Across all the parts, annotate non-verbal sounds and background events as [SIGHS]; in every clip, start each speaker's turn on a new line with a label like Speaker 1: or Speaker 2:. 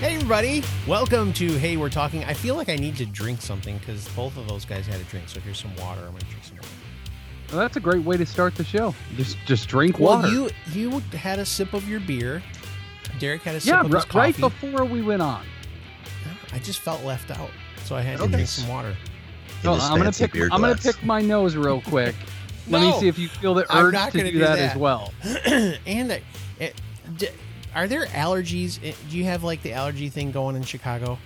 Speaker 1: everybody. Welcome to Hey, We're Talking. I feel like I need to drink something because both of those guys had a drink. So here's some water. I'm going to drink some water.
Speaker 2: Well, that's a great way to start the show. Just just drink water.
Speaker 1: Well, you you had a sip of your beer. Derek had a sip
Speaker 2: yeah,
Speaker 1: of
Speaker 2: ri-
Speaker 1: his
Speaker 2: right
Speaker 1: coffee.
Speaker 2: before we went on.
Speaker 1: I just felt left out. So I had to
Speaker 3: Okay.
Speaker 1: drink some water. [CLEARS THROAT]
Speaker 3: in
Speaker 2: Oh,
Speaker 3: this
Speaker 2: I'm gonna
Speaker 3: fancy
Speaker 2: pick.
Speaker 3: beer
Speaker 2: I'm gonna
Speaker 3: glass.
Speaker 2: pick my nose
Speaker 1: [LAUGHS]
Speaker 2: real quick. Let me
Speaker 1: No.
Speaker 2: see if you feel the
Speaker 1: I'm
Speaker 2: urge
Speaker 1: not
Speaker 2: to
Speaker 1: gonna
Speaker 2: do,
Speaker 1: do
Speaker 2: that,
Speaker 1: that.
Speaker 2: as well.
Speaker 1: and I- it, d- are there allergies? Eh, Do you have like the allergy thing going in Chicago?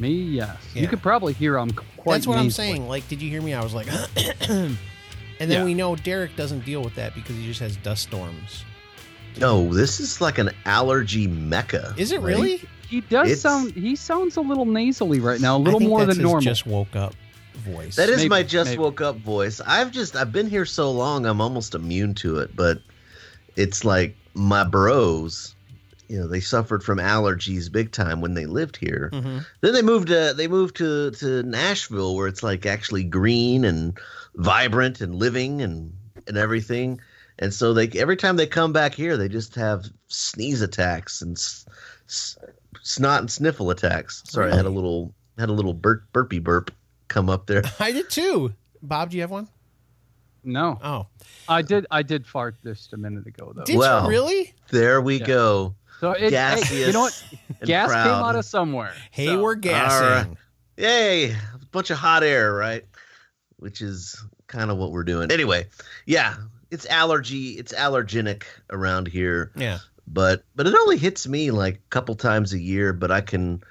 Speaker 2: Me, yes.
Speaker 1: Yeah.
Speaker 2: You could probably hear I'm quite.
Speaker 1: That's what I'm
Speaker 2: nasally.
Speaker 1: saying. Like, did you hear me? I was like, [CLEARS THROAT] and then
Speaker 2: Yeah.
Speaker 1: we know Derek doesn't deal with that because he just has dust storms.
Speaker 3: No, this is like an allergy mecca.
Speaker 1: Is it
Speaker 3: right?
Speaker 1: really?
Speaker 2: He does
Speaker 3: It's-
Speaker 2: sound. He sounds a little nasally right now. A
Speaker 1: I
Speaker 2: little
Speaker 1: think
Speaker 2: more
Speaker 1: that's
Speaker 2: than
Speaker 1: his
Speaker 2: normal.
Speaker 1: Just woke up voice.
Speaker 3: That is
Speaker 2: Maybe,
Speaker 3: my just
Speaker 2: maybe.
Speaker 3: woke up voice. I've just I've been here so long, I'm almost immune to it. But it's like my bros, you know, they suffered from allergies big time when they lived here.
Speaker 1: hmm
Speaker 3: Then they moved to they moved to to Nashville, where it's like actually green and vibrant and living and and everything. And so they every time they come back here, they just have sneeze attacks and s- s- snot and sniffle attacks. Sorry, I had a
Speaker 1: Really?
Speaker 3: little had a little burp, burpy burp come up there.
Speaker 1: I did too. Bob, do you have one?
Speaker 2: No,
Speaker 1: Oh,
Speaker 2: I did. I did fart just a minute ago though.
Speaker 1: did
Speaker 3: Well,
Speaker 1: you really?
Speaker 3: There we
Speaker 2: Yeah.
Speaker 3: go.
Speaker 2: so it,
Speaker 3: Gaseous.
Speaker 2: hey, you know what?
Speaker 3: and
Speaker 2: Gas came
Speaker 3: proud.
Speaker 2: out of somewhere.
Speaker 1: Hey,
Speaker 2: So-
Speaker 1: we're gassing.
Speaker 3: right. Yay, a bunch of hot air, right? Which is kind of what we're doing. Anyway, yeah, it's allergy, it's allergenic around here,
Speaker 1: Yeah.
Speaker 3: but but it only hits me like a couple times a year, but I can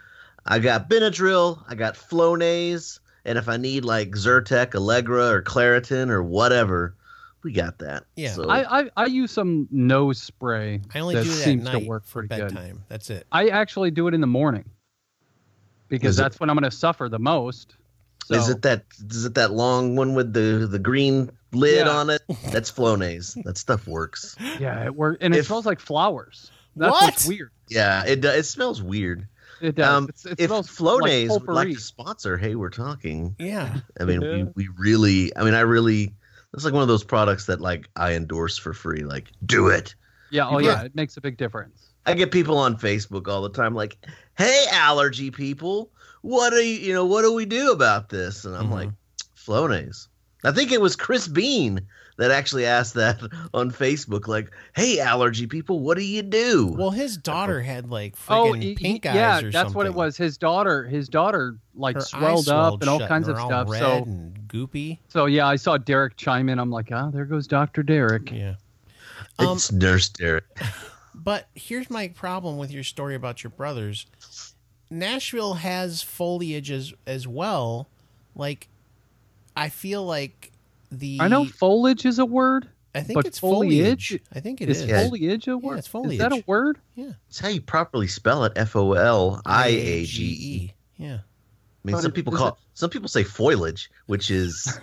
Speaker 3: I got Benadryl, I got Flonase, and if I need like Zyrtec, Allegra or Claritin or whatever, we got that.
Speaker 1: Yeah.
Speaker 3: So,
Speaker 2: I, I I use some nose spray.
Speaker 1: I only
Speaker 2: that
Speaker 1: do that
Speaker 2: seems
Speaker 1: at night
Speaker 2: to work
Speaker 1: for
Speaker 2: pretty good.
Speaker 1: bedtime. That's it.
Speaker 2: I actually do it in the morning because
Speaker 3: Is it-
Speaker 2: that's when I'm going to suffer the most. So
Speaker 3: is it that is it that long one with the the green lid
Speaker 2: Yeah. [LAUGHS]
Speaker 3: on it? That's Flonase. that stuff works.
Speaker 2: yeah, it works, and it
Speaker 3: If-
Speaker 2: smells like flowers. That's
Speaker 1: What?
Speaker 2: what's weird.
Speaker 3: Yeah, it do- it smells weird.
Speaker 2: It does.
Speaker 3: Um,
Speaker 2: It's- it
Speaker 3: if
Speaker 2: smells like
Speaker 3: Flonase would like
Speaker 2: potpourri.
Speaker 3: to sponsor, hey, we're talking.
Speaker 1: Yeah.
Speaker 3: I mean,
Speaker 2: Yeah.
Speaker 3: we, we really, I mean, I really, that's like one of those products that like I endorse for free. Like, do it.
Speaker 2: yeah, oh
Speaker 3: Yeah.
Speaker 2: yeah, it makes a big difference.
Speaker 3: I get people on Facebook all the time like, hey, allergy people, what do you, you know, what do we do about this? And I'm
Speaker 1: Mhm.
Speaker 3: like, Flonase. I think it was Chris Bean that actually asked that [LAUGHS] on Facebook. Like, hey, allergy people, what do you do?
Speaker 1: Well, his daughter had like friggin'
Speaker 2: Oh, he- he-
Speaker 1: pink eyes
Speaker 2: yeah,
Speaker 1: or
Speaker 2: that's
Speaker 1: something.
Speaker 2: what it was. His daughter, his daughter, like
Speaker 1: Her eyes
Speaker 2: swelled up
Speaker 1: swelled
Speaker 2: and all
Speaker 1: shut
Speaker 2: kinds
Speaker 1: and
Speaker 2: of
Speaker 1: are all
Speaker 2: stuff.
Speaker 1: red
Speaker 2: So,
Speaker 1: and goopy.
Speaker 2: so yeah, I saw Derek chime in. I'm like, ah, there goes Doctor Derek.
Speaker 1: Yeah. Um,
Speaker 3: it's Nurse Derek.
Speaker 1: But here's my problem with your story about your brothers. Nashville has foliage as as well. Like, I feel like the
Speaker 2: I know foliage is a word.
Speaker 1: I think
Speaker 2: but
Speaker 1: it's foliage.
Speaker 2: foliage
Speaker 1: I think it
Speaker 2: Is
Speaker 1: is.
Speaker 2: foliage a word?
Speaker 1: it's
Speaker 2: Is that a
Speaker 1: foliage.
Speaker 2: word?
Speaker 3: It's how you properly spell it. F O L I A G E.
Speaker 1: Yeah.
Speaker 3: I mean,
Speaker 2: But
Speaker 3: some
Speaker 2: it-
Speaker 3: people
Speaker 2: is
Speaker 3: call some people say foliage, which is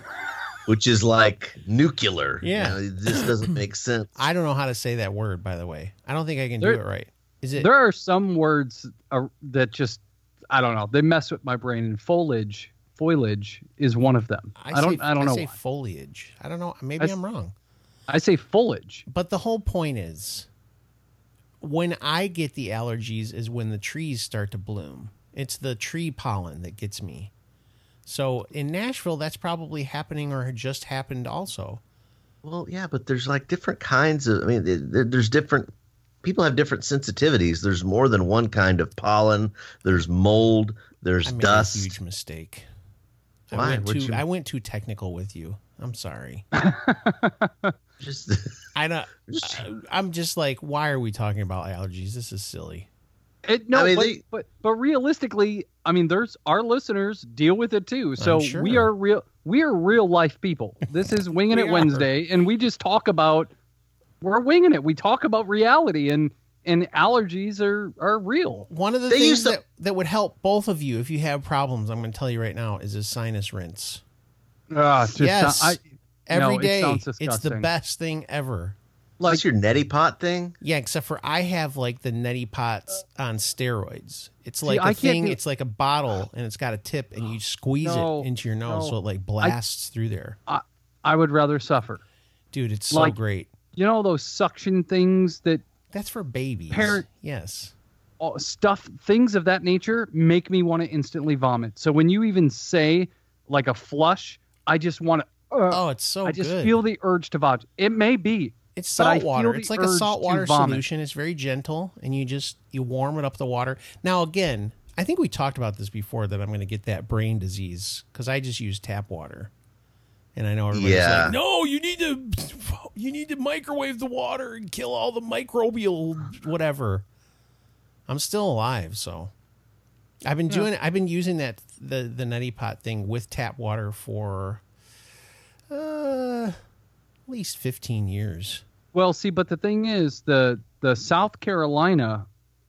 Speaker 3: which is like nuclear. you
Speaker 1: Yeah.
Speaker 3: know, it just doesn't make sense.
Speaker 1: I don't know how to say that word. By the way, I don't think I can
Speaker 2: There-
Speaker 1: do it right. Is it?
Speaker 2: there are some words uh, that just I don't know. They mess with my brain. And foliage, foliage is one of them. I,
Speaker 1: say-
Speaker 2: don't. I don't know.
Speaker 1: Say
Speaker 2: why.
Speaker 1: foliage. I don't know. Maybe
Speaker 2: I
Speaker 1: I,
Speaker 2: s-
Speaker 1: am wrong.
Speaker 2: I say foliage. [LAUGHS]
Speaker 1: But the whole point is, when I get the allergies, is when the trees start to bloom. It's the tree pollen that gets me. So in Nashville, that's probably happening or just happened also.
Speaker 3: Well, yeah, but there's like different kinds of. I mean, there, there's different people have different sensitivities. There's more than one kind of pollen. There's mold. There's
Speaker 1: I made
Speaker 3: dust.
Speaker 1: a huge mistake. I
Speaker 3: Why?
Speaker 1: went,
Speaker 3: What'd
Speaker 1: too,
Speaker 3: you-
Speaker 1: I went too technical with you. I'm sorry.
Speaker 3: [LAUGHS] Just,
Speaker 1: I don't.
Speaker 3: just-
Speaker 1: I'm just like, why are we talking about allergies? This is silly.
Speaker 2: It, no,
Speaker 3: I mean,
Speaker 2: but,
Speaker 3: they-
Speaker 2: but but realistically, I mean, there's our listeners deal with it too. So
Speaker 1: sure.
Speaker 2: we are real. We are real life people. This is Winging
Speaker 1: We
Speaker 2: It
Speaker 1: are.
Speaker 2: Wednesday, and we just talk about we're winging it. We talk about reality, and and allergies are are real.
Speaker 1: One of the
Speaker 3: They
Speaker 1: things
Speaker 3: used to-
Speaker 1: that, that would help both of you if you have problems, I'm going to tell you right now, is a sinus rinse.
Speaker 2: Ah, just,
Speaker 1: Yes.
Speaker 2: I, No,
Speaker 1: Every
Speaker 2: it
Speaker 1: day,
Speaker 2: sounds
Speaker 1: it's the
Speaker 2: disgusting.
Speaker 1: best thing ever.
Speaker 3: like your neti pot thing.
Speaker 1: Yeah, except for I have like the neti pots on steroids. It's like a
Speaker 2: I can't
Speaker 1: thing.
Speaker 2: do-
Speaker 1: It's like a bottle, and it's got a tip, and you squeeze
Speaker 2: No,
Speaker 1: it into your nose,
Speaker 2: no.
Speaker 1: so it like blasts through there.
Speaker 2: I would rather suffer.
Speaker 1: Dude, it's so
Speaker 2: Like-
Speaker 1: great.
Speaker 2: You know those suction things that
Speaker 1: That's for babies.
Speaker 2: Parent-
Speaker 1: yes.
Speaker 2: all- stuff, things of that nature make me want to instantly vomit. So when you even say like a flush, I just want to. Uh,
Speaker 1: Oh, it's so
Speaker 2: I just
Speaker 1: good.
Speaker 2: feel the urge to vomit. It may be.
Speaker 1: It's
Speaker 2: But I
Speaker 1: salt water.
Speaker 2: feel the
Speaker 1: It's like
Speaker 2: urge
Speaker 1: a
Speaker 2: to
Speaker 1: salt water
Speaker 2: vomit.
Speaker 1: solution. It's very gentle, and you just you warm it up the water. Now again, I think we talked about this before that I'm going to get that brain disease because I just use tap water, and I know everybody's
Speaker 3: Yeah.
Speaker 1: like, "No, you need to you need to microwave the water and kill all the microbial whatever." I'm still alive, so I've been doing I've been using that the the nutty pot thing with tap water for uh, at least 15 years.
Speaker 2: Well, see, but the thing is, the the South Carolina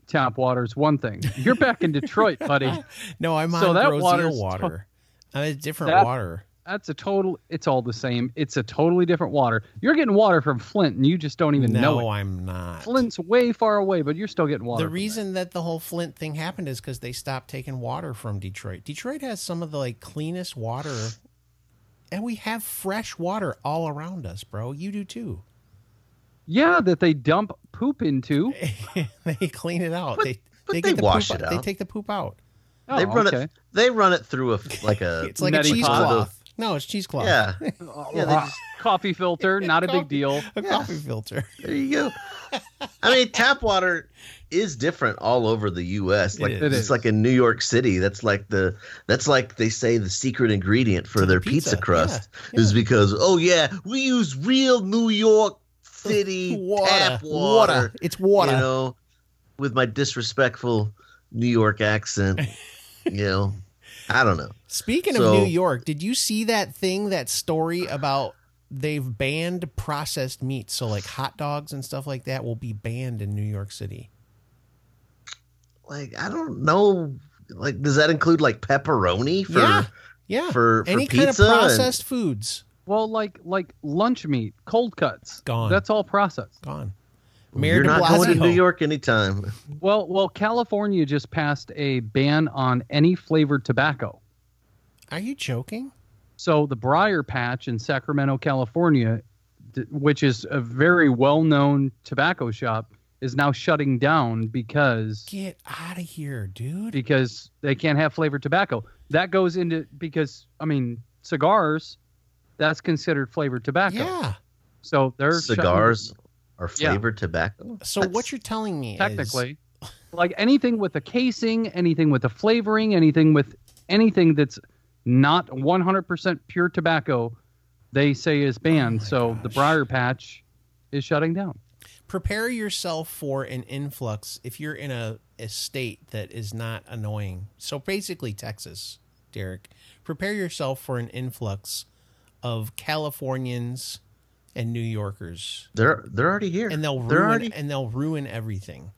Speaker 2: tap water is one thing. You're back
Speaker 1: [LAUGHS]
Speaker 2: in Detroit, buddy.
Speaker 1: No, I'm
Speaker 2: So
Speaker 1: on
Speaker 2: that
Speaker 1: Rosea
Speaker 2: water's
Speaker 1: water. I'm a different
Speaker 2: That-
Speaker 1: water.
Speaker 2: That's a total. It's all the same. It's a totally different water. You're getting water from Flint, and you just don't even know it.
Speaker 1: No, I'm not.
Speaker 2: Flint's way far away, but you're still getting water.
Speaker 1: the
Speaker 2: from
Speaker 1: reason that the whole Flint thing happened is because they stopped taking water from Detroit. Detroit has some of the like cleanest water, and we have fresh water all around us, bro. You do too. [LAUGHS]
Speaker 2: it. Yeah, that they dump poop into.
Speaker 1: they clean it out.
Speaker 3: But-
Speaker 1: they
Speaker 3: but
Speaker 1: they
Speaker 3: they
Speaker 1: get the
Speaker 3: wash
Speaker 1: poop
Speaker 3: it
Speaker 1: They
Speaker 3: out.
Speaker 1: take the poop out.
Speaker 2: Oh,
Speaker 3: they run
Speaker 2: okay.
Speaker 3: it. They run it through a like
Speaker 1: [LAUGHS]
Speaker 3: a.
Speaker 1: It's like a
Speaker 2: Nutty pot.
Speaker 1: cheesecloth. No, it's cheesecloth.
Speaker 3: Uh, yeah, [LAUGHS] yeah. They just,
Speaker 2: Coffee
Speaker 3: [LAUGHS]
Speaker 2: filter, not a big deal.
Speaker 1: a coffee filter.
Speaker 3: there you go. I mean, tap water is different all over the U.S.
Speaker 1: It
Speaker 3: Like
Speaker 1: is.
Speaker 2: It
Speaker 3: it's
Speaker 2: is.
Speaker 3: like in New York City. That's like the that's like they say the secret ingredient for their
Speaker 1: pizza,
Speaker 3: pizza, crust
Speaker 1: yeah,
Speaker 3: is because oh yeah, we use real New York
Speaker 1: [LAUGHS]
Speaker 3: City tap water.
Speaker 1: It's water.
Speaker 3: You know, with my disrespectful New York accent. you know, I don't know.
Speaker 1: Speaking
Speaker 3: So-
Speaker 1: of New York, did you see that thing, that story about they've banned processed meat? So, like hot dogs and stuff like that will be banned in New York City.
Speaker 3: Like I don't know. Like, does that include like pepperoni for
Speaker 1: Yeah. Yeah.
Speaker 3: for for
Speaker 1: Any
Speaker 3: pizza?
Speaker 1: kind of processed foods
Speaker 2: Well, like like lunch meat, cold cuts.
Speaker 1: Gone.
Speaker 2: That's all processed.
Speaker 1: gone.
Speaker 3: and,
Speaker 1: Mayor
Speaker 3: you're
Speaker 1: de
Speaker 3: not
Speaker 1: Blasio.
Speaker 3: going to New York anytime.
Speaker 2: Well, well, California just passed a ban on any flavored tobacco.
Speaker 1: Are you joking?
Speaker 2: So the Briar Patch in Sacramento, California, d- which is a very well-known tobacco shop, is now shutting down because
Speaker 1: Get out of here, dude.
Speaker 2: because they can't have flavored tobacco. That goes into because I mean cigars, that's considered flavored tobacco.
Speaker 1: Yeah.
Speaker 2: So they're shutting-
Speaker 3: Cigars are
Speaker 2: Yeah.
Speaker 3: flavored tobacco.
Speaker 1: So,
Speaker 3: That's-
Speaker 1: what you're telling me
Speaker 2: technically, like anything with a casing, anything with a flavoring, anything with anything that's not 100% pure tobacco, they say is banned.
Speaker 1: Oh my
Speaker 2: so the
Speaker 1: gosh.
Speaker 2: Briar Patch is shutting down.
Speaker 1: is prepare yourself for an influx if you're in a, a state that is not annoying. So, basically, Texas, Derek, prepare yourself for an influx of Californians and New Yorkers,
Speaker 3: They're they're already here.
Speaker 1: and they'll
Speaker 3: they're
Speaker 1: ruin
Speaker 3: already
Speaker 1: and they'll ruin everything.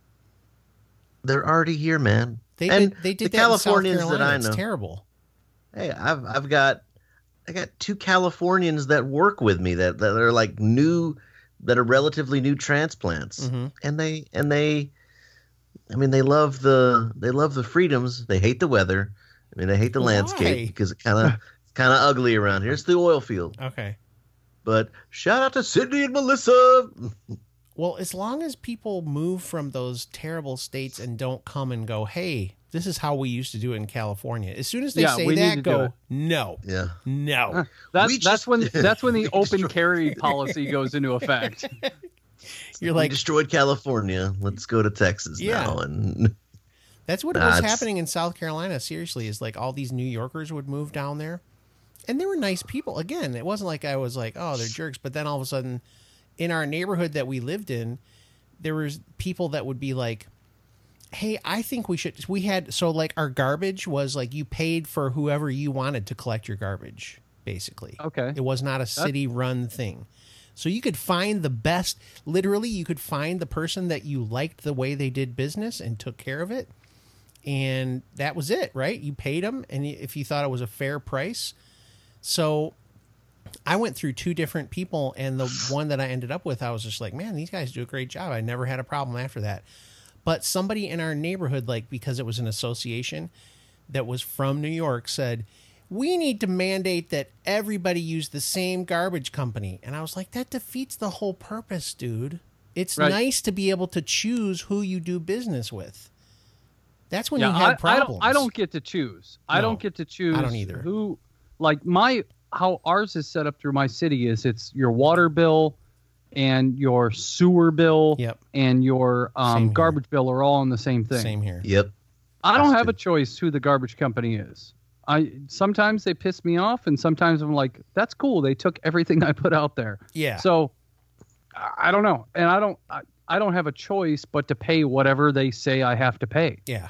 Speaker 3: they're already here, man.
Speaker 1: They
Speaker 3: And
Speaker 1: did, they did that
Speaker 3: the Californians
Speaker 1: in
Speaker 3: that
Speaker 1: South Carolina.
Speaker 3: I know.
Speaker 1: It's terrible.
Speaker 3: Hey, I've I've got I got two Californians that work with me that that are like new that are relatively new transplants.
Speaker 1: hmm
Speaker 3: and they and they i mean they love the they love the freedoms they hate the weather i mean they hate the
Speaker 1: Why?
Speaker 3: landscape because it kind of it's kind of ugly around here it's the oil field
Speaker 1: Okay.
Speaker 3: but shout out to sydney and melissa
Speaker 1: Well, as long as people move from those terrible states and don't come and go, hey, this is how we used to do it in California. As soon as they
Speaker 2: Yeah,
Speaker 1: say
Speaker 2: we need
Speaker 1: that,
Speaker 2: to do it.
Speaker 1: go no,
Speaker 3: yeah
Speaker 1: no.
Speaker 2: That's
Speaker 3: We just-
Speaker 2: that's
Speaker 3: [LAUGHS]
Speaker 2: when that's when the
Speaker 3: we
Speaker 2: open
Speaker 3: destroyed- [LAUGHS]
Speaker 2: carry policy goes into effect.
Speaker 1: You're
Speaker 3: we
Speaker 1: like,
Speaker 3: destroyed california let's go to texas
Speaker 1: Yeah.
Speaker 3: now and [LAUGHS]
Speaker 1: That's what
Speaker 3: Nah,
Speaker 1: was
Speaker 3: it's-
Speaker 1: happening in South Carolina. Seriously, is like all these New Yorkers would move down there, and they were nice people. Again, it wasn't like I was like, oh, they're jerks. But then all of a sudden, in our neighborhood that we lived in, there was people that would be like, "Hey, I think we should." We had so like our garbage was like you paid for whoever you wanted to collect your garbage, basically.
Speaker 2: Okay.
Speaker 1: It was not a city run thing. So you could find the best, literally, you could find the person that you liked the way they did business and took care of it. And that was it, right? You paid them, and if you thought it was a fair price. So I went through two different people, and the one that I ended up with, I was just like, man, these guys do a great job. I never had a problem after that. But somebody in our neighborhood, like because it was an association that was from New York, said, we need to mandate that everybody use the same garbage company. And I was like, that defeats the whole purpose, dude. It's
Speaker 2: Right.
Speaker 1: nice to be able to choose who you do business with. That's when you
Speaker 2: I-
Speaker 1: have
Speaker 2: I,
Speaker 1: problems.
Speaker 2: don't, I don't get to choose. I
Speaker 1: No,
Speaker 2: don't get to choose.
Speaker 1: I don't either.
Speaker 2: Who, like my how ours is set up through my city is it's your water bill, and your sewer bill,
Speaker 1: Yep.
Speaker 2: and your
Speaker 1: Same
Speaker 2: um,
Speaker 1: here.
Speaker 2: garbage bill are all on the same thing.
Speaker 1: Same here.
Speaker 3: Yep.
Speaker 2: I don't
Speaker 3: That's
Speaker 2: have a
Speaker 3: good.
Speaker 2: choice who the garbage company is. I sometimes they piss me off, and sometimes I'm like, that's cool. They took everything I put out there.
Speaker 1: Yeah.
Speaker 2: So I I don't know, and I don't. I, I don't have a choice but to pay whatever they say I have to pay.
Speaker 1: yeah.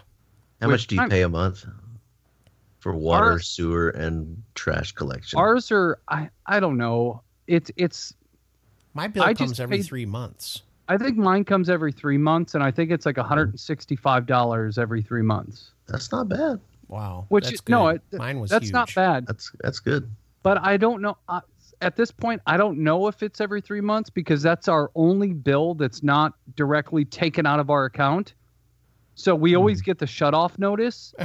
Speaker 3: How
Speaker 2: Which
Speaker 3: much do you
Speaker 2: I'm-
Speaker 3: pay a month for water,
Speaker 2: Our-
Speaker 3: sewer, and trash collection?
Speaker 2: Ours are I I don't know. It's it's
Speaker 1: My bill
Speaker 2: I
Speaker 1: comes
Speaker 2: just
Speaker 1: every
Speaker 2: paid-
Speaker 1: three months.
Speaker 2: I think mine comes every three months, and I think it's like hundred and sixty five dollars every three months.
Speaker 3: that's not bad.
Speaker 1: Wow.
Speaker 2: Which
Speaker 1: that's
Speaker 2: is- no,
Speaker 1: good.
Speaker 2: it-
Speaker 1: mine was
Speaker 2: That's
Speaker 1: huge.
Speaker 2: not bad,
Speaker 3: That's that's good.
Speaker 2: but I don't know. I, at this point, I don't know if it's every three months because that's our only bill that's not directly taken out of our account. So we
Speaker 1: Hmm.
Speaker 2: always get the shut off notice,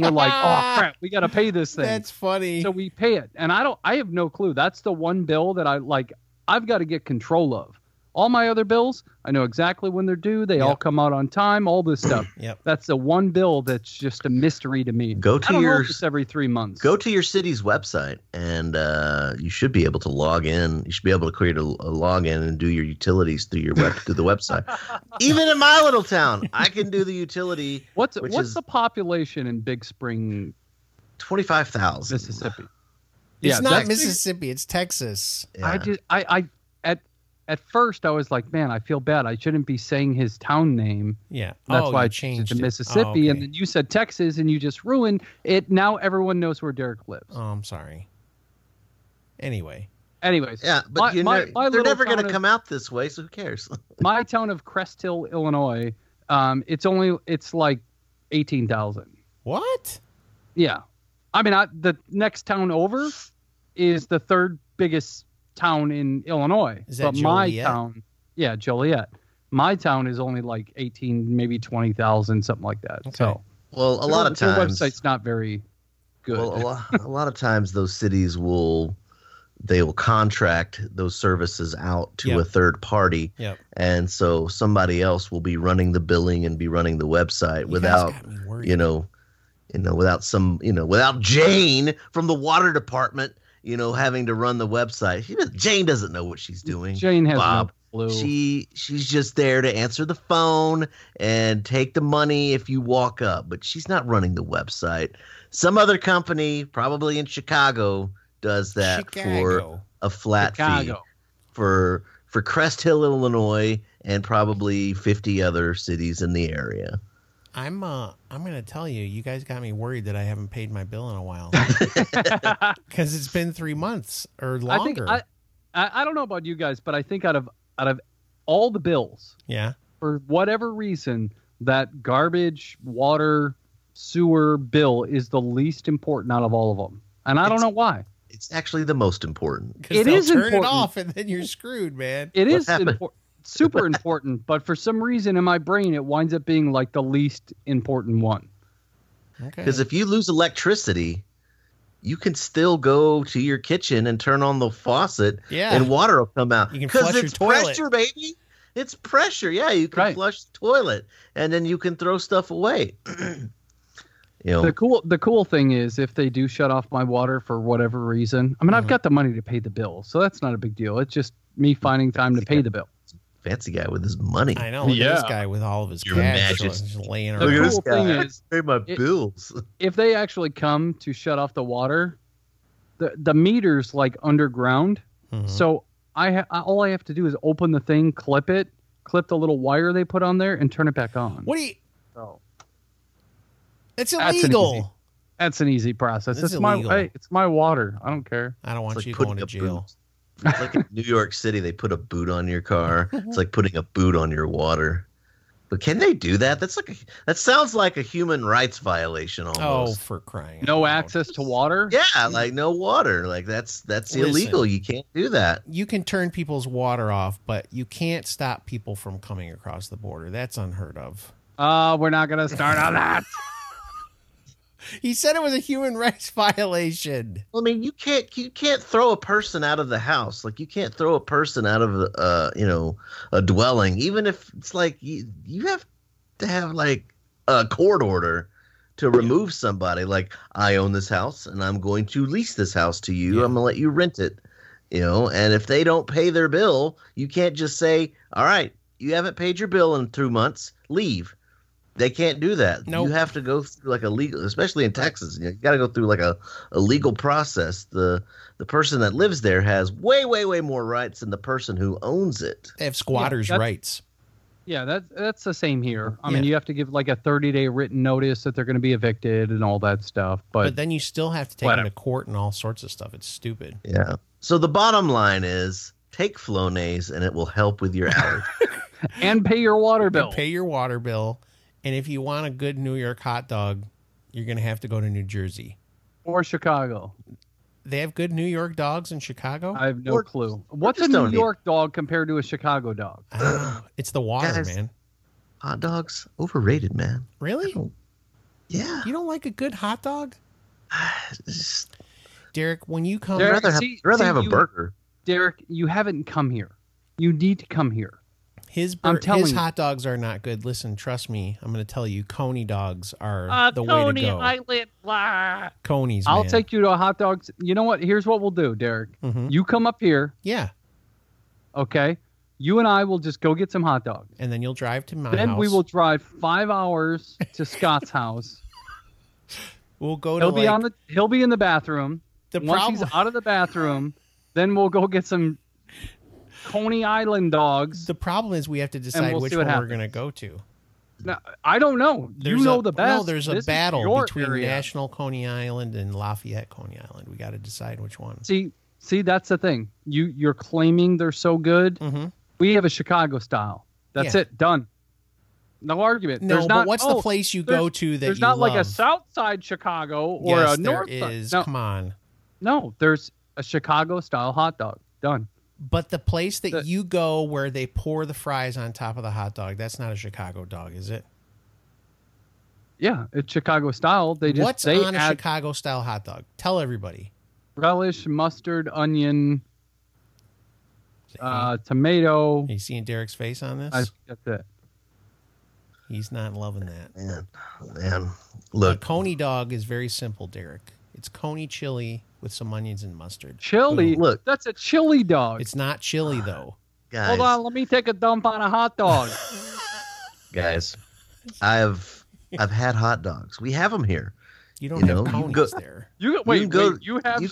Speaker 1: [LAUGHS]
Speaker 2: we're like, "Oh crap, we got to pay this thing."
Speaker 1: That's funny.
Speaker 2: so we pay it and i don't i have no clue that's the one bill that i like i've got to get control of all my other bills i know exactly when they're due they all
Speaker 1: Yep.
Speaker 2: come out on time all this stuff
Speaker 1: yep.
Speaker 2: that's the one bill that's just a mystery to me
Speaker 3: Go to
Speaker 2: I don't know
Speaker 3: your-
Speaker 2: if it's every three months
Speaker 3: Go to your city's website, and uh, you should be able to log in. You should be able to create a, a login and do your utilities through your web through
Speaker 2: [LAUGHS]
Speaker 3: the website. Even in my little town, I can do the utility
Speaker 2: what's
Speaker 3: which
Speaker 2: what's
Speaker 3: is-
Speaker 2: the population in big spring
Speaker 3: twenty five thousand.
Speaker 2: mississippi
Speaker 1: It's not
Speaker 2: that's-
Speaker 1: Mississippi. It's Texas.
Speaker 2: i just i i at at first i was like man i feel bad i shouldn't be saying his town name
Speaker 1: Yeah.
Speaker 2: That's
Speaker 1: oh,
Speaker 2: why
Speaker 1: you
Speaker 2: I
Speaker 1: changed
Speaker 2: changed it
Speaker 1: it.
Speaker 2: to
Speaker 1: Oh,
Speaker 2: Mississippi,
Speaker 1: okay.
Speaker 2: and then you said Texas, and you just ruined it. Now everyone knows where Derek lives.
Speaker 1: Oh, I'm sorry. Anyway,
Speaker 2: Anyways,
Speaker 3: yeah, but
Speaker 2: my-
Speaker 3: you
Speaker 2: my-
Speaker 3: know,
Speaker 2: my
Speaker 3: they're
Speaker 2: little
Speaker 3: never going
Speaker 2: town
Speaker 3: to
Speaker 2: is-
Speaker 3: come out this way, so who cares?
Speaker 2: my town of Crest Hill, Illinois, um, it's only it's like eighteen thousand.
Speaker 1: what?
Speaker 2: Yeah, I mean, I, the next town over is the third biggest town in Illinois.
Speaker 1: Is that
Speaker 2: but my
Speaker 1: Joliet?
Speaker 2: town, yeah, Joliet. My town is only like eighteen, maybe twenty thousand, something like that.
Speaker 1: Okay.
Speaker 2: So
Speaker 3: Well, a lot of
Speaker 2: their
Speaker 3: times,
Speaker 2: website's not very good.
Speaker 3: Well, a lot, a lot of times those cities will they will contract those services out to
Speaker 1: Yep.
Speaker 3: a third party,
Speaker 1: Yep.
Speaker 3: and so somebody else will be running the billing and be running the website
Speaker 1: You guys
Speaker 3: without
Speaker 1: got me worried.
Speaker 3: you know, you know, without some you know, without Jane from the water department, you know, having to run the website. She, doesn't- Jane doesn't know what she's doing.
Speaker 2: Jane has
Speaker 3: Bob,
Speaker 2: no clue.
Speaker 3: She she's just there to answer the phone and take the money if you walk up, but she's not running the website. Some other company, probably in Chicago, does that for
Speaker 1: Chicago.
Speaker 3: a flat fee [LAUGHS]
Speaker 2: Chicago. [LAUGHS]
Speaker 3: for for Crest Hill, Illinois, and probably fifty other cities in the area.
Speaker 1: I'm uh I'm gonna tell you, you guys got me worried that I haven't paid my bill in a while
Speaker 3: [LAUGHS]
Speaker 1: because it's been three months or
Speaker 2: I think
Speaker 1: longer.
Speaker 2: I, I I don't know about you guys, but I think out of out of all the bills,
Speaker 1: yeah,
Speaker 2: for whatever reason, that garbage, water, sewer bill is the least important out of all of them, and I don't
Speaker 3: It's-
Speaker 2: know why.
Speaker 3: It's actually the most important.
Speaker 1: because
Speaker 2: It
Speaker 1: they'll
Speaker 2: is
Speaker 1: turn it
Speaker 2: important.
Speaker 1: off and then you're screwed, man.
Speaker 2: It
Speaker 3: What
Speaker 2: is
Speaker 3: happened?
Speaker 2: impor-
Speaker 3: [LAUGHS]
Speaker 2: super important, but for some reason in my brain, it winds up being like the least important one.
Speaker 1: Okay.
Speaker 3: Because if you lose electricity, you can still go to your kitchen and turn on the faucet,
Speaker 1: yeah,
Speaker 3: and water will come out.
Speaker 1: You can
Speaker 3: Because
Speaker 1: flush your
Speaker 3: it's
Speaker 1: toilet.
Speaker 3: pressure, baby. It's pressure. Yeah, you can
Speaker 2: Right.
Speaker 3: flush the toilet, and then you can throw stuff away. [CLEARS THROAT] you know,
Speaker 2: The cool the cool thing is if they do shut off my water for whatever reason, I mean I've
Speaker 1: Mhm.
Speaker 2: got the money to pay the bill, so that's not a big deal. It's just me finding time to pay the bill.
Speaker 3: fancy guy with his money.
Speaker 1: I know. Look at this
Speaker 2: Yeah.
Speaker 1: guy with all of his
Speaker 3: Your
Speaker 1: cash
Speaker 3: majesty.
Speaker 1: just laying
Speaker 2: The
Speaker 1: around.
Speaker 3: Look at this
Speaker 2: cool
Speaker 3: guy.
Speaker 2: thing is
Speaker 3: [LAUGHS] Pay my
Speaker 2: It-
Speaker 3: bills.
Speaker 2: if they actually come to shut off the water, the the meter's like underground.
Speaker 1: Mhm.
Speaker 2: So I ha- all I have to do is open the thing, clip it, clip the little wire they put on there, and turn it back on.
Speaker 1: what do you?
Speaker 2: So
Speaker 1: It's
Speaker 2: That's an easy-
Speaker 1: illegal.
Speaker 2: that's an easy process.
Speaker 1: That's
Speaker 2: it's my
Speaker 1: illegal.
Speaker 2: hey, it's my water. I don't care.
Speaker 1: I don't want
Speaker 3: It's
Speaker 1: you
Speaker 3: like
Speaker 1: going to
Speaker 3: putting a
Speaker 1: jail.
Speaker 3: boot. It's [LAUGHS] like in New York City, they put a boot on your car. It's like putting a boot on your water. But can they do that? That's like a, that sounds like a human rights violation
Speaker 1: Oh,
Speaker 3: almost.
Speaker 1: for crying! out
Speaker 2: No
Speaker 1: loud.
Speaker 2: access to water.
Speaker 3: Yeah, like no water. Like that's that's
Speaker 1: Listen.
Speaker 3: illegal. You can't do that.
Speaker 1: You can turn people's water off, but you can't stop people from coming across the border. That's unheard of.
Speaker 2: Uh, we're not gonna start on that.
Speaker 1: He said it was a human [LAUGHS] rights violation.
Speaker 3: I mean, you can't you can't throw a person out of the house. Like you can't throw a person out of uh you know a dwelling, even if it's like you you have to have like a court order to remove somebody like i own this house and i'm going to lease this house to you
Speaker 1: Yeah.
Speaker 3: i'm going to let you rent it you know and if they don't pay their bill you can't just say all right you haven't paid your bill in two months leave they can't do that
Speaker 1: Nope.
Speaker 3: you have to go through like a legal especially in texas you, know, you got to go through like a, a legal process the the person that lives there has way way way more rights than the person who owns it
Speaker 1: They have squatters'
Speaker 2: that's-
Speaker 1: rights.
Speaker 2: Yeah, that, that's the same here. I mean,
Speaker 1: Yeah.
Speaker 2: you have to give like a 30 day written notice that they're going to be evicted and all that stuff.
Speaker 1: But,
Speaker 2: But,
Speaker 1: then you still have to take
Speaker 2: Whatever.
Speaker 1: them to court and all sorts of stuff. It's stupid.
Speaker 3: Yeah. So the bottom line is take Flonase and it will help with your
Speaker 2: [LAUGHS]
Speaker 3: allergy.
Speaker 2: and pay your water
Speaker 1: You
Speaker 2: bill.
Speaker 1: pay your water bill, and if you want a good New York hot dog, you're gonna have to go to New Jersey.
Speaker 2: or Chicago.
Speaker 1: They have good New York dogs in Chicago.
Speaker 2: I have no
Speaker 3: Or-
Speaker 2: clue. What's a
Speaker 3: just
Speaker 2: New
Speaker 3: don't eat.
Speaker 2: York dog compared to a Chicago dog?
Speaker 1: I don't know. It's the water,
Speaker 3: Guys.
Speaker 1: man.
Speaker 3: Hot dogs overrated, man.
Speaker 1: Really?
Speaker 3: Yeah. [SIGHS]
Speaker 1: You don't like a good hot dog,
Speaker 3: Just-
Speaker 1: Derek? When you come,
Speaker 3: I'd
Speaker 2: Derek-
Speaker 3: rather have,
Speaker 2: see-
Speaker 3: I'd rather
Speaker 2: see,
Speaker 3: have a
Speaker 2: you-
Speaker 3: burger.
Speaker 2: Derek, you haven't come here. You need to come here.
Speaker 1: his
Speaker 2: I'm
Speaker 1: bur-
Speaker 2: telling
Speaker 1: his
Speaker 2: you.
Speaker 1: hot dogs are not good. Listen, trust me. I'm gonna tell you, Coney dogs are the way to go.
Speaker 2: Uh, Island. Blah.
Speaker 1: Coney's.
Speaker 2: I'll
Speaker 1: man.
Speaker 2: take you to a hot dogs. You know what? Here's what we'll do, Derek.
Speaker 1: Mhm.
Speaker 2: You come up here,
Speaker 1: Yeah,
Speaker 2: okay? You and I will just go get some hot dogs.
Speaker 1: and then you'll drive to my
Speaker 2: then
Speaker 1: house.
Speaker 2: we will drive five hours to Scott's house.
Speaker 1: We'll [LAUGHS] go to
Speaker 2: He'll be
Speaker 1: like,
Speaker 2: on the. He'll be in the bathroom.
Speaker 1: the
Speaker 2: Once
Speaker 1: problem.
Speaker 2: he's out of the bathroom, then we'll go get some Coney Island dogs.
Speaker 1: The problem is we have to decide
Speaker 2: we'll
Speaker 1: which
Speaker 2: see
Speaker 1: one
Speaker 2: what
Speaker 1: we're
Speaker 2: happens.
Speaker 1: going to go to.
Speaker 2: Now, I don't know.
Speaker 1: There's
Speaker 2: you know
Speaker 1: a,
Speaker 2: the best.
Speaker 1: No, there's a
Speaker 2: This is
Speaker 1: battle
Speaker 2: your
Speaker 1: between
Speaker 2: area.
Speaker 1: National Coney Island and Lafayette Coney Island. We got to decide which one.
Speaker 2: See, see, that's the thing. You you're claiming they're so good.
Speaker 1: Mm-hmm.
Speaker 2: We have a Chicago style. That's
Speaker 1: Yeah.
Speaker 2: it. Done. No argument.
Speaker 1: No,
Speaker 2: there's
Speaker 1: but
Speaker 2: not,
Speaker 1: what's
Speaker 2: oh,
Speaker 1: the place you go to that
Speaker 2: There's
Speaker 1: you
Speaker 2: not
Speaker 1: love?
Speaker 2: like a South Side Chicago or
Speaker 1: yes,
Speaker 2: a North
Speaker 1: there
Speaker 2: Side.
Speaker 1: is.
Speaker 2: No,
Speaker 1: Come on.
Speaker 2: no, there's a Chicago style hot dog. Done.
Speaker 1: But the place that
Speaker 2: The-
Speaker 1: you go where they pour the fries on top of the hot dog, that's not a Chicago dog, is it?
Speaker 2: Yeah, it's Chicago style. They just
Speaker 1: what's
Speaker 2: they
Speaker 1: on a
Speaker 2: add
Speaker 1: Chicago style hot dog? Tell everybody.
Speaker 2: relish, mustard, onion,
Speaker 1: Is it-
Speaker 2: uh, tomato.
Speaker 1: Are you seeing Derek's face on this?
Speaker 2: I, that's it.
Speaker 1: He's not loving that.
Speaker 3: Man, man.
Speaker 1: A
Speaker 3: Look,
Speaker 1: Coney dog is very simple, Derek. It's Coney chili with some onions and mustard.
Speaker 2: Chili.
Speaker 3: Look.
Speaker 2: that's a chili dog.
Speaker 1: It's not chili though.
Speaker 3: guys.
Speaker 2: Hold on, let me take a dump on a hot
Speaker 3: [LAUGHS]
Speaker 2: dog.
Speaker 3: Guys. I've I've had hot dogs. We have them here.
Speaker 1: You don't
Speaker 3: You
Speaker 1: have
Speaker 3: know, you
Speaker 1: conies
Speaker 3: go-
Speaker 1: there.
Speaker 2: You wait,
Speaker 3: can go-
Speaker 2: wait, you have
Speaker 3: you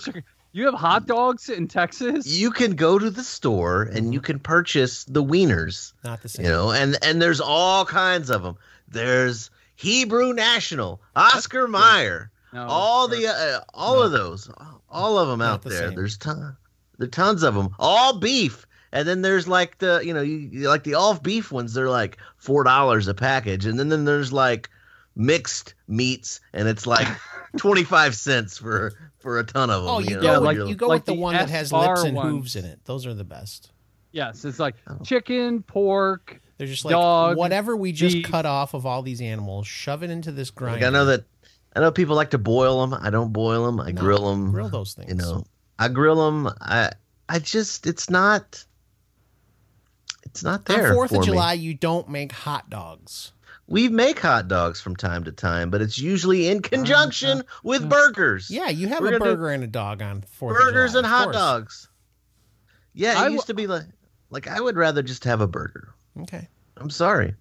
Speaker 2: you, have
Speaker 3: can-
Speaker 2: hot dogs in Texas?
Speaker 3: You can go to the store and you can purchase the wieners.
Speaker 1: Not the same.
Speaker 3: you know and and there's all kinds of them there's hebrew national oscar meyer
Speaker 2: No,
Speaker 3: all
Speaker 2: sure.
Speaker 3: the uh, all of those all of them
Speaker 1: Oh, Not
Speaker 3: out
Speaker 1: the
Speaker 3: there
Speaker 1: same.
Speaker 3: there's ton there are tons of them all beef and then there's like the you know you, you like the off beef ones they're like four dollars a package and then, then there's like mixed meats and
Speaker 1: [LAUGHS]
Speaker 3: it's like 25 cents for for a ton of them
Speaker 1: Oh, you
Speaker 3: know?
Speaker 1: go
Speaker 2: Yeah,
Speaker 1: with,
Speaker 2: like-
Speaker 1: you go
Speaker 2: like
Speaker 1: with the,
Speaker 2: the
Speaker 1: one that has
Speaker 2: SR
Speaker 1: lips and
Speaker 2: ones.
Speaker 1: hooves in it. Those are the best.
Speaker 2: yes, it's like
Speaker 3: Oh.
Speaker 2: chicken, pork.
Speaker 1: They're just like
Speaker 2: Dog,
Speaker 1: whatever we just
Speaker 2: beef.
Speaker 1: cut off of all these animals, shove it into this
Speaker 3: like,
Speaker 1: grinder.
Speaker 3: i know that i know people like to boil them i don't boil them i
Speaker 1: No,
Speaker 3: grill them
Speaker 1: Grill those things.
Speaker 3: you know i grill them i i just it's not it's not there
Speaker 1: on Fourth of
Speaker 3: for me.
Speaker 1: July, you don't make hot dogs.
Speaker 3: we make hot dogs from time to time but it's usually in conjunction with
Speaker 2: yeah.
Speaker 3: burgers
Speaker 1: Uh, Yeah, you have
Speaker 3: We're
Speaker 1: a
Speaker 3: gonna do
Speaker 1: burger and a dog on Fourth.
Speaker 3: burgers
Speaker 1: of
Speaker 3: and
Speaker 1: July,
Speaker 3: hot
Speaker 1: of course.
Speaker 3: dogs yeah it
Speaker 2: I w-
Speaker 3: used to be like like i would rather just have a burger
Speaker 1: Okay.
Speaker 3: i'm sorry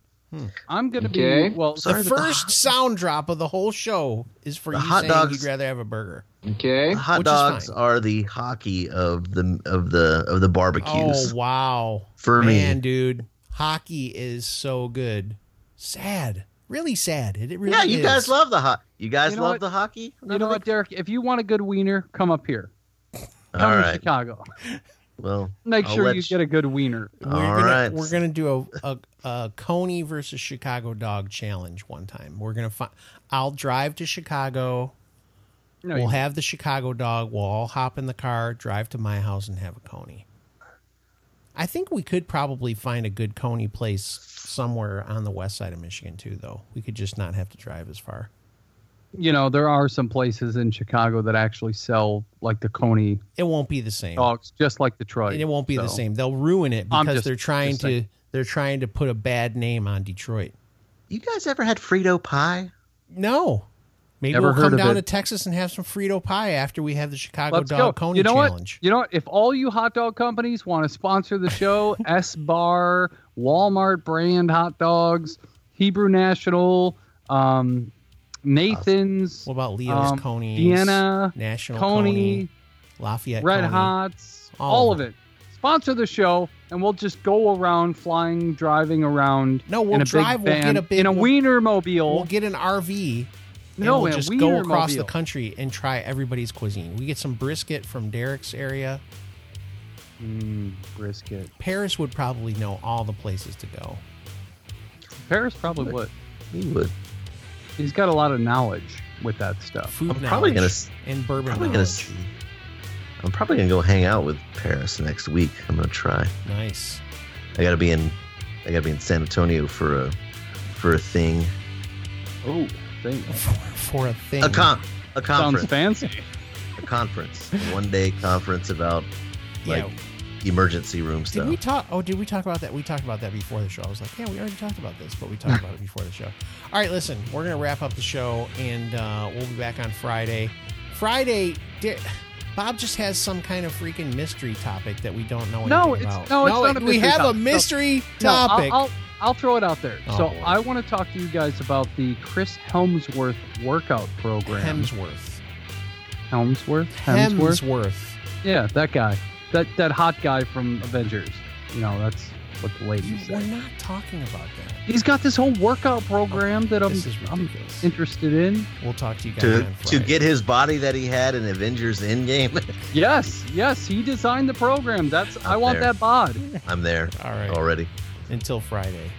Speaker 2: I'm gonna
Speaker 4: Okay.
Speaker 2: be well.
Speaker 3: Sorry,
Speaker 1: the
Speaker 3: but
Speaker 1: first sound drop of the whole show is for
Speaker 3: The
Speaker 1: you
Speaker 3: hot
Speaker 1: saying
Speaker 3: dogs-
Speaker 1: you'd rather have a burger.
Speaker 4: Okay.
Speaker 3: the hot
Speaker 1: Which is
Speaker 3: dogs
Speaker 1: fine.
Speaker 3: are the hockey of the of the of the barbecues
Speaker 1: Oh wow,
Speaker 3: for
Speaker 1: man,
Speaker 3: me
Speaker 1: dude, hockey is so good. Sad, really sad. It, it really
Speaker 3: yeah you
Speaker 1: is.
Speaker 3: guys love the hot you guys
Speaker 2: You know
Speaker 3: love
Speaker 2: what?
Speaker 3: the hockey
Speaker 2: You know what, Derek? If you want a good wiener, come up here. Come
Speaker 3: all
Speaker 2: to
Speaker 3: right
Speaker 2: Chicago. [LAUGHS]
Speaker 3: well
Speaker 2: Make
Speaker 3: I'll
Speaker 2: sure
Speaker 3: let
Speaker 2: you
Speaker 3: you-
Speaker 2: get a good wiener.
Speaker 1: We're
Speaker 3: All
Speaker 1: gonna
Speaker 3: right.
Speaker 1: we're gonna do a, a a Coney versus Chicago dog challenge one time. We're gonna find. I'll drive to Chicago.
Speaker 2: No,
Speaker 1: we'll
Speaker 2: you-
Speaker 1: have the Chicago dog. We'll all hop in the car, drive to my house, and have a Coney. I think we could probably find a good Coney place somewhere on the west side of Michigan too, though. We could just not have to drive as far.
Speaker 2: you know there are some places in Chicago that actually sell like the Coney
Speaker 1: It won't be the same.
Speaker 2: dogs, just like Detroit.
Speaker 1: and it won't be the
Speaker 2: so.
Speaker 1: same. They'll ruin it
Speaker 2: I'm
Speaker 1: because
Speaker 2: just-
Speaker 1: they're trying
Speaker 2: just
Speaker 1: to
Speaker 2: saying.
Speaker 1: they're trying to put a bad name on Detroit.
Speaker 3: You guys ever had Frito pie?
Speaker 1: No. Maybe
Speaker 2: Never
Speaker 1: we'll
Speaker 2: heard
Speaker 1: come
Speaker 2: of
Speaker 1: down
Speaker 2: it.
Speaker 1: to Texas and have some Frito pie after we have the Chicago
Speaker 2: Let's
Speaker 1: Dog
Speaker 2: go.
Speaker 1: Coney
Speaker 2: You know
Speaker 1: Challenge.
Speaker 2: what? You know what? If all you hot dog companies want to sponsor the
Speaker 1: [LAUGHS]
Speaker 2: show, S Bar, Walmart brand hot dogs, Hebrew National, um, Nathan's,
Speaker 1: What about Leo's
Speaker 2: Um,
Speaker 1: Coney?
Speaker 2: Vienna,
Speaker 1: National Coney,
Speaker 2: Coney,
Speaker 1: Lafayette
Speaker 2: Red
Speaker 1: Coney.
Speaker 2: Hots,
Speaker 1: All
Speaker 2: all
Speaker 1: of
Speaker 2: of it. Sponsor the show, and we'll just go around flying, driving around.
Speaker 1: No, we'll
Speaker 2: in a
Speaker 1: drive,
Speaker 2: Big
Speaker 1: we'll get
Speaker 2: van,
Speaker 1: a big-
Speaker 2: in a
Speaker 1: we'll-
Speaker 2: wiener mobile.
Speaker 1: We'll get an RV and
Speaker 2: no,
Speaker 1: we'll
Speaker 2: in a
Speaker 1: just go across the
Speaker 2: Wienermobile.
Speaker 1: country and try everybody's cuisine. We get some brisket from Derek's area.
Speaker 2: Mm, brisket.
Speaker 1: Paris would probably know all the places to go.
Speaker 2: Paris probably would.
Speaker 3: He would.
Speaker 2: He's got a lot of knowledge with that stuff.
Speaker 1: Food
Speaker 3: I'm probably
Speaker 1: knowledge
Speaker 3: gonna s-
Speaker 1: and bourbon
Speaker 3: Probably gonna.
Speaker 1: knowledge.
Speaker 3: s- I'm probably gonna go hang out with Paris next week. I'm gonna try.
Speaker 1: Nice. [LAUGHS]
Speaker 3: I gotta be in. I gotta be in San Antonio for a for a thing.
Speaker 2: Oh, thank
Speaker 1: For, for a thing.
Speaker 3: A con. A
Speaker 2: Sounds
Speaker 3: conference.
Speaker 2: fancy.
Speaker 3: A conference. One day conference about
Speaker 1: Yeah.
Speaker 3: like emergency room
Speaker 1: Did
Speaker 3: stuff.
Speaker 1: we talk? Oh, did we talk about that? We talked about that before the show. I was like, yeah, we already talked about this, but we talked about it before the show. All right, listen, we're gonna wrap up the show, and uh, we'll be back on Friday. Friday, di- Bob just has some kind of freaking mystery topic that we don't know anything
Speaker 2: No, it's-
Speaker 1: about.
Speaker 2: no, it's not a
Speaker 1: we
Speaker 2: mystery
Speaker 1: have a
Speaker 2: topic. No,
Speaker 1: mystery
Speaker 2: [LAUGHS] No, I'll-
Speaker 1: topic.
Speaker 2: I'll, I'll, throw it out there.
Speaker 1: Oh,
Speaker 2: so
Speaker 1: boy.
Speaker 2: I want to talk to you guys about the Chris Helmsworth workout program.
Speaker 1: Hemsworth.
Speaker 2: Helmsworth?
Speaker 1: Hemsworth.
Speaker 2: Hemsworth? Yeah, that guy. That that hot guy from Avengers. You know, that's what the
Speaker 1: You-
Speaker 2: ladies
Speaker 1: We're
Speaker 2: say.
Speaker 1: not talking about that.
Speaker 2: He's got this whole workout program that I'm,
Speaker 1: This is
Speaker 2: Um, I'm
Speaker 1: ridiculous.
Speaker 2: interested in.
Speaker 1: We'll talk to you guys
Speaker 3: to
Speaker 1: on Friday.
Speaker 3: to get his body that he had in Avengers Endgame. [LAUGHS]
Speaker 2: Yes, yes, he designed the program. That's I
Speaker 3: Out
Speaker 2: want
Speaker 3: there.
Speaker 2: that bod.
Speaker 3: I'm there
Speaker 1: All right.
Speaker 3: already.
Speaker 1: Until Friday.